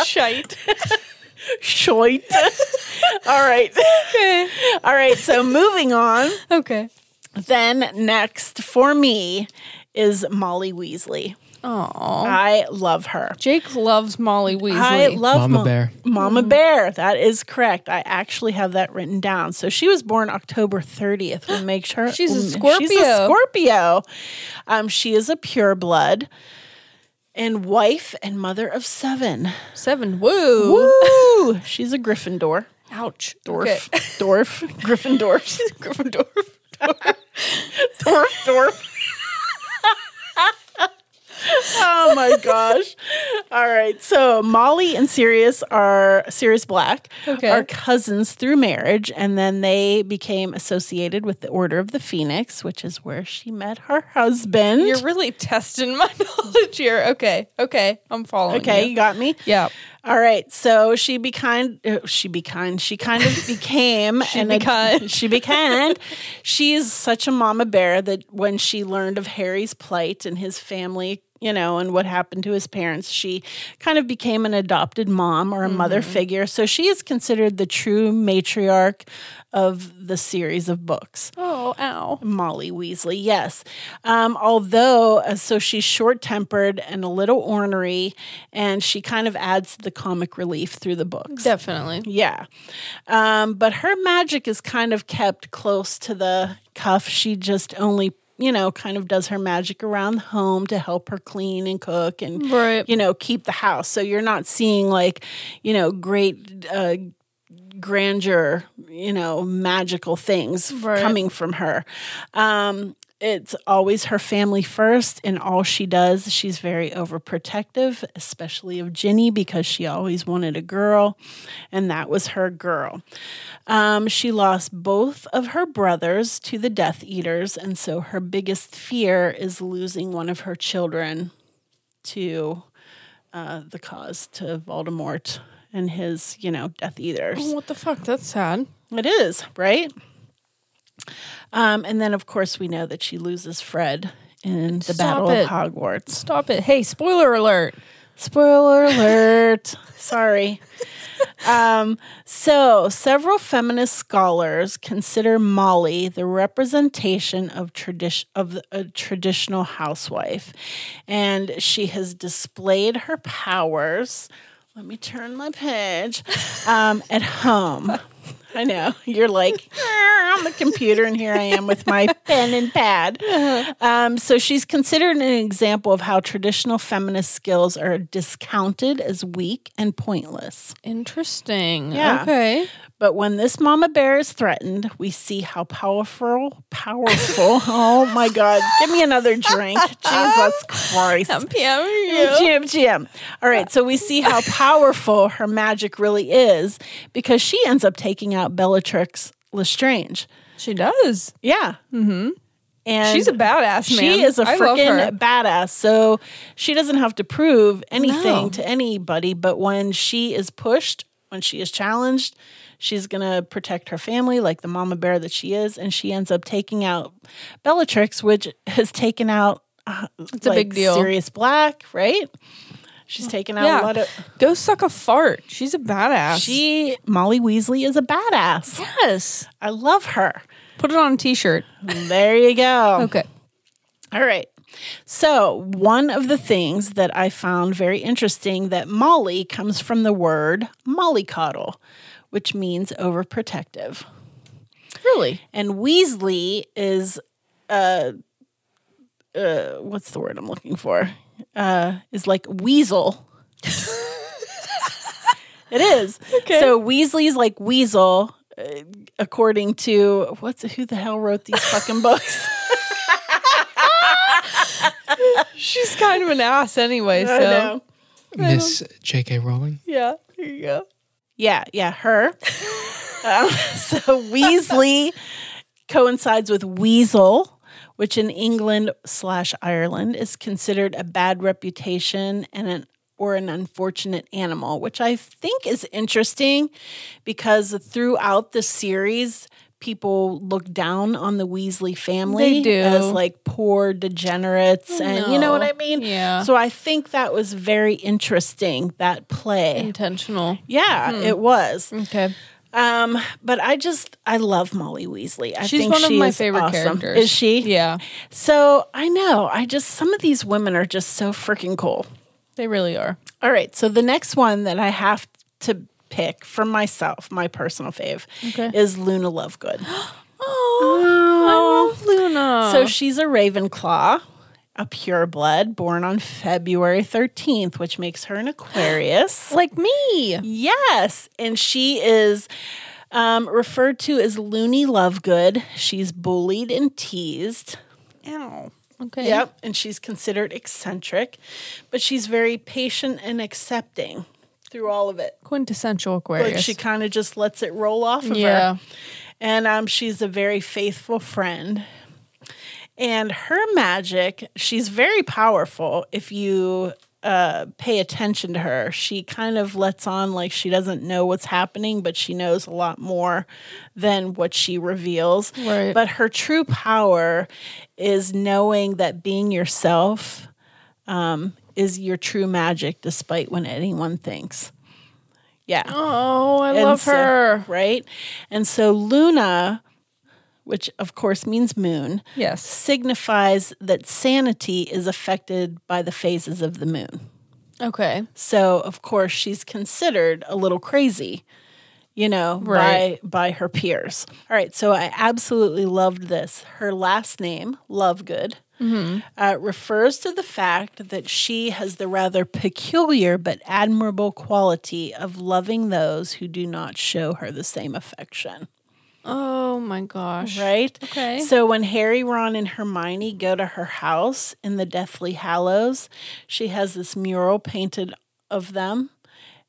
Shite. (laughs) shite. (laughs) All right, Okay. all right. So moving on. Okay. Then next for me is Molly Weasley. Aw. I love her. Jake loves Oh. Molly Weasley. Mm. I love Mama Mo- Bear. Mama Bear. That is correct. I actually have that written down. So she was born October 30th. We make sure (gasps) She's a um, She's a Scorpio. Scorpio. Um, she is a pureblood and wife and mother of seven. Seven. Woo. Woo! (laughs) She's a Gryffindor. Ouch. Dwarf. (laughs) Okay. Dwarf. Gryffindor. She's a Gryffindor. Dwarf. Dwarf. oh my gosh. All right. So Molly and Sirius are Sirius Black Okay. are cousins through marriage and then they became associated with the Order of the Phoenix, which is where she met her husband. You're really testing my (laughs) knowledge here. Okay. Okay. I'm following. okay, you. you got me? Yeah. All right, so she be kind. uh, She be kind. She kind (laughs) of became. she be kind. She be kind. She's such a mama bear that when she learned of Harry's plight and his family, you know, and what happened to his parents, she kind of became an adopted mom or a mother Mm-hmm. figure. So she is considered the true matriarch of the series of books. Oh, ow. Molly Weasley, yes. Um, although, uh, so she's short tempered and a little ornery, and she kind of adds to the comic relief through the books. Definitely. Yeah. Um, but her magic is kind of kept close to the cuff. She just only, you know, kind of does her magic around home to help her clean and cook and, Right. you know, keep the house. So you're not seeing like, you know, great. Uh, grandeur, you know, magical things f- Right. coming from her. Um, it's always her family first, and all she does, she's very overprotective, especially of Ginny because she always wanted a girl, and that was her girl. Um, she lost both of her brothers to the Death Eaters, and so her biggest fear is losing one of her children to uh, the cause, to Voldemort and his, you know, Death Eaters. What the fuck? That's sad. It is, right? Um, and then, of course, we know that she loses Fred in the Stop Battle it. of Hogwarts. Stop it. Hey, spoiler alert. Spoiler alert. (laughs) Sorry. Um, so, several feminist scholars consider Molly the representation of tradition of a traditional housewife, and she has displayed her powers. Let me turn my page. Um, at home, I know you're like "Ah, on the computer, and here I am with my pen and pad. Um, so she's considered an example of how traditional feminist skills are discounted as weak and pointless. Interesting. Yeah. Okay. But when this mama bear is threatened, we see how powerful, powerful. (laughs) oh my God. Give me another (laughs) drink. Jesus Christ. Jim, Jim. All right, so we see how powerful her magic really is because she ends up taking out Bellatrix Lestrange. She does. Yeah. Mm-hmm. And She's a badass, man. She is a I love her. freaking badass. So she doesn't have to prove anything No. to anybody. But when she is pushed, when she is challenged, she's going to protect her family like the mama bear that she is. And she ends up taking out Bellatrix, which has taken out. Uh, it's a big deal. Sirius Black, right? She's taken out Yeah. a lot of. Go suck a fart. She's a badass. She, Molly Weasley, is a badass. yes. I love her. Put it on a t shirt. There you go. (laughs) Okay. All right. So, one of the things that I found very interesting that Molly comes from the word mollycoddle, which means overprotective. Really? And Weasley is uh uh what's the word I'm looking for? Uh is like weasel. (laughs) it is. Okay. So Weasley's like weasel uh, according to what's who the hell wrote these fucking books. She's kind of an ass anyway, (laughs) I so know. Miss J.K. Rowling. yeah, here you go. Yeah, (laughs) yeah, her. um, so Weasley coincides with weasel, which in England slash Ireland is considered a bad reputation and an or an unfortunate animal, which I think is interesting because throughout the series, people look down on the Weasley family They do. as like poor degenerates, and you know what No. I mean. Yeah. So I think that was very interesting that play. Intentional. Yeah, Mm-hmm. it was. Okay. Um, but I just I love Molly Weasley. I She's think one of she my is favorite awesome. characters. Is she? Yeah. So I know. I just some of these women are just so freaking cool. They really are. All right. So the next one that I have to pick for myself, my personal fave, Okay. is Luna (gasps) Lovegood. Oh, I love Luna. So she's a Ravenclaw, a pureblood, born on February thirteenth, which makes her an Aquarius. like me. Yes, and she is um, referred to as Loony Lovegood. She's bullied and teased. Ow. Okay. Yep, and she's considered eccentric, but she's very patient and accepting through all of it. Quintessential Aquarius. Like she kind of just lets it roll off of Yeah. her. And um, she's a very faithful friend. And her magic, she's very powerful if you uh, pay attention to her. She kind of lets on like she doesn't know what's happening, but she knows a lot more than what she reveals. Right. But her true power is knowing that being yourself um, is your true magic, despite what anyone thinks. Yeah. oh, I And love so- her. right? And so Luna, which of course means moon, Yes. signifies that sanity is affected by the phases of the moon. Okay. So of course she's considered a little crazy, you know, Right. by by her peers. All right, so I absolutely loved this. Her last name, Lovegood, uh, refers to the fact that she has the rather peculiar but admirable quality of loving those who do not show her the same affection. Oh my gosh. Right? Okay. So when Harry, Ron, and Hermione go to her house in the Deathly Hallows, she has this mural painted of them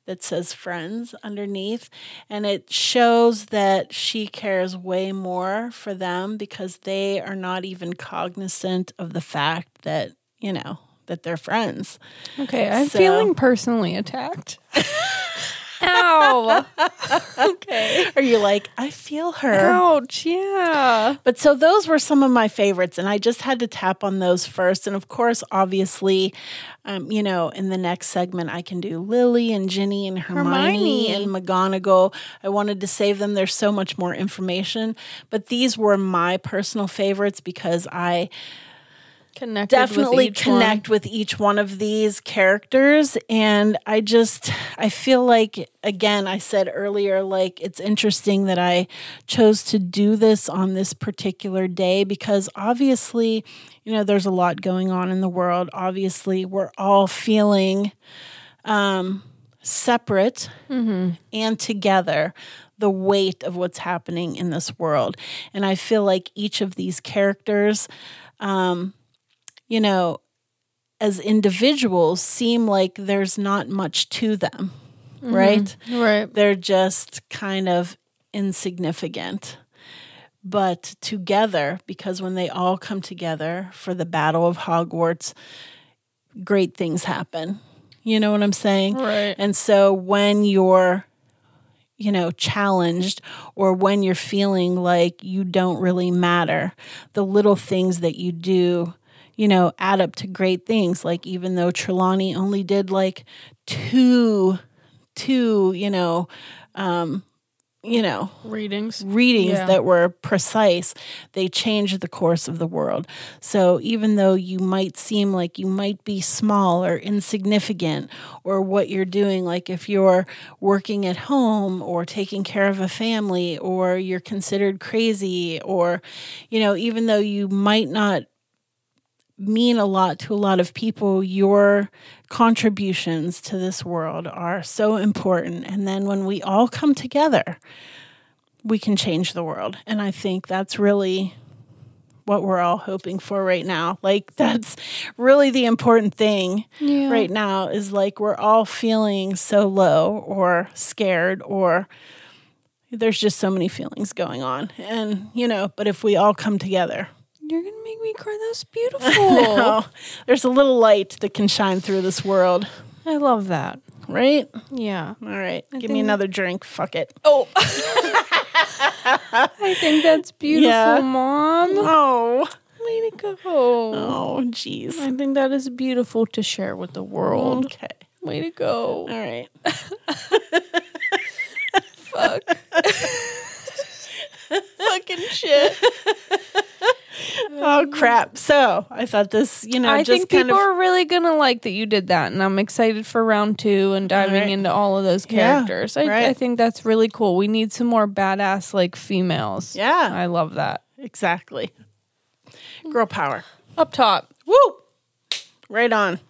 that says friends underneath. And it shows that she cares way more for them because they are not even cognizant of the fact that, you know, that they're friends. Okay. I'm So- feeling personally attacked. (laughs) Ow. (laughs) okay. Are you like, I feel her? Ouch. Yeah. But so those were some of my favorites, and I just had to tap on those first. And of course, obviously, um, you know, in the next segment, I can do Lily and Ginny and Hermione. Hermione, and McGonagall. I wanted to save them. There's so much more information, but these were my personal favorites because I Connected. definitely with each one. connect with each one of these characters and i just i feel like again i said earlier like it's interesting that i chose to do this on this particular day because obviously you know there's a lot going on in the world obviously we're all feeling um separate Mm-hmm. and together the weight of what's happening in this world and i feel like each of these characters um you know, as individuals seem like there's not much to them, right? Right. They're just kind of insignificant. But together, because when they all come together for the Battle of Hogwarts, great things happen. You know what I'm saying? Right. And so when you're, you know, challenged or when you're feeling like you don't really matter, the little things that you do, you know, add up to great things. Like even though Trelawney only did like two, two, you know, um, you know, Readings. readings Yeah. that were precise, they changed the course of the world. So even though you might seem like you might be small or insignificant, or what you're doing, like if you're working at home or taking care of a family, or you're considered crazy, or, you know, even though you might not mean a lot to a lot of people. Your contributions to this world are so important. And then when we all come together, we can change the world. And I think that's really what we're all hoping for right now. Like (laughs) that's really the important thing Yeah. right now is like we're all feeling so low or scared or there's just so many feelings going on. And you know, but if we all come together, You're gonna make me cry. (laughs) That's beautiful. oh, there's a little light that can shine through this world, I love that. right? Yeah. All right. Give me another drink. Fuck it. Oh. (laughs) I think that's beautiful, Yeah. Mom. Oh. Way to go. Oh, jeez. I think that is beautiful to share with the world. Okay. Way to go. (laughs) All right. Fuck. (laughs) Fucking shit. Oh crap! So I thought this, you know, I just think kind people of are really gonna like that you did that, and I'm excited for round two and diving Right. into all of those Yeah, characters. I, I right. think that's really cool. We need some more badass like females. Yeah. I love that. exactly girl power. Up top. Woo! Right on.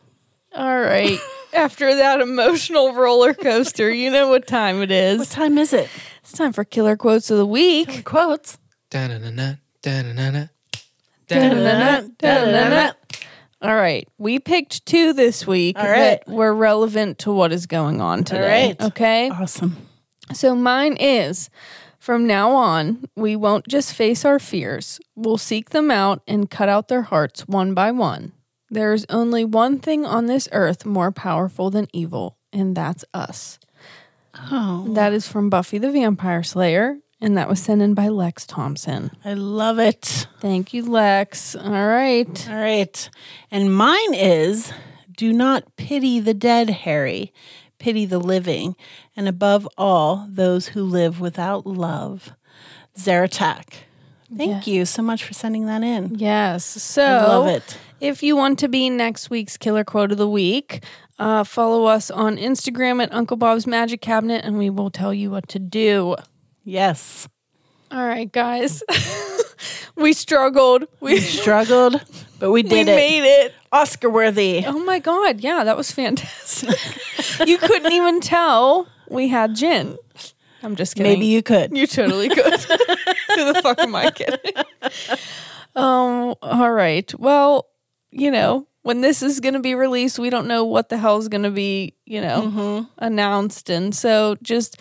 All (laughs) right. After that emotional roller coaster, you know what time it What is. time is it? It's time for killer quotes of the week. Quotes. Da-na-na-na, da-na-na-na, Da-na-na-na, da-na-na-na. All All right. We picked two this week All right. that were relevant to what is going on today. right. Okay. Awesome. So mine is from now on, we won't just face our fears. We'll seek them out and cut out their hearts one by one. There is only one thing on this earth more powerful than evil, and that's us. Oh, That is from Buffy the Vampire Slayer, and that was sent in by Lex Thompson. I love it. Thank you, Lex. All right. All right. And mine is do not pity the dead, Harry. Pity the living, and above all, those who live without love. Zaratak. Thank you so much for sending that in. Yes. So I love it. If you want to be next week's killer quote of the week, uh, follow us on Instagram at Uncle Bob's Magic Cabinet and we will tell you what to do. Yes. All right, guys. (laughs) we struggled. We, struggled, but we (laughs) we did it. made it. Oscar worthy. Oh my God. Yeah, that was fantastic. (laughs) you couldn't even tell we had gin. I'm just kidding. Maybe you could. You totally (laughs) could. Who the fuck am I kidding? (laughs) Um. All right. Well, you know, when this is going to be released, we don't know what the hell is going to be, you know, announced, and so just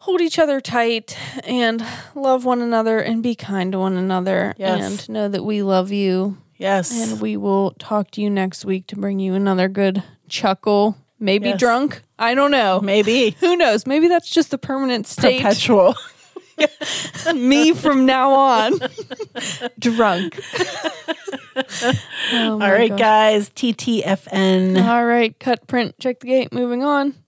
hold each other tight and love one another and be kind to one another Yes. and know that we love you Yes. and we will talk to you next week to bring you another good chuckle maybe Yes. drunk i don't know (laughs) Maybe. who knows maybe that's just the permanent state Perpetual. me from now on. (laughs) Drunk. Oh All right, guys. TTFN. Uh-huh. All right, cut print, check the gate, moving on.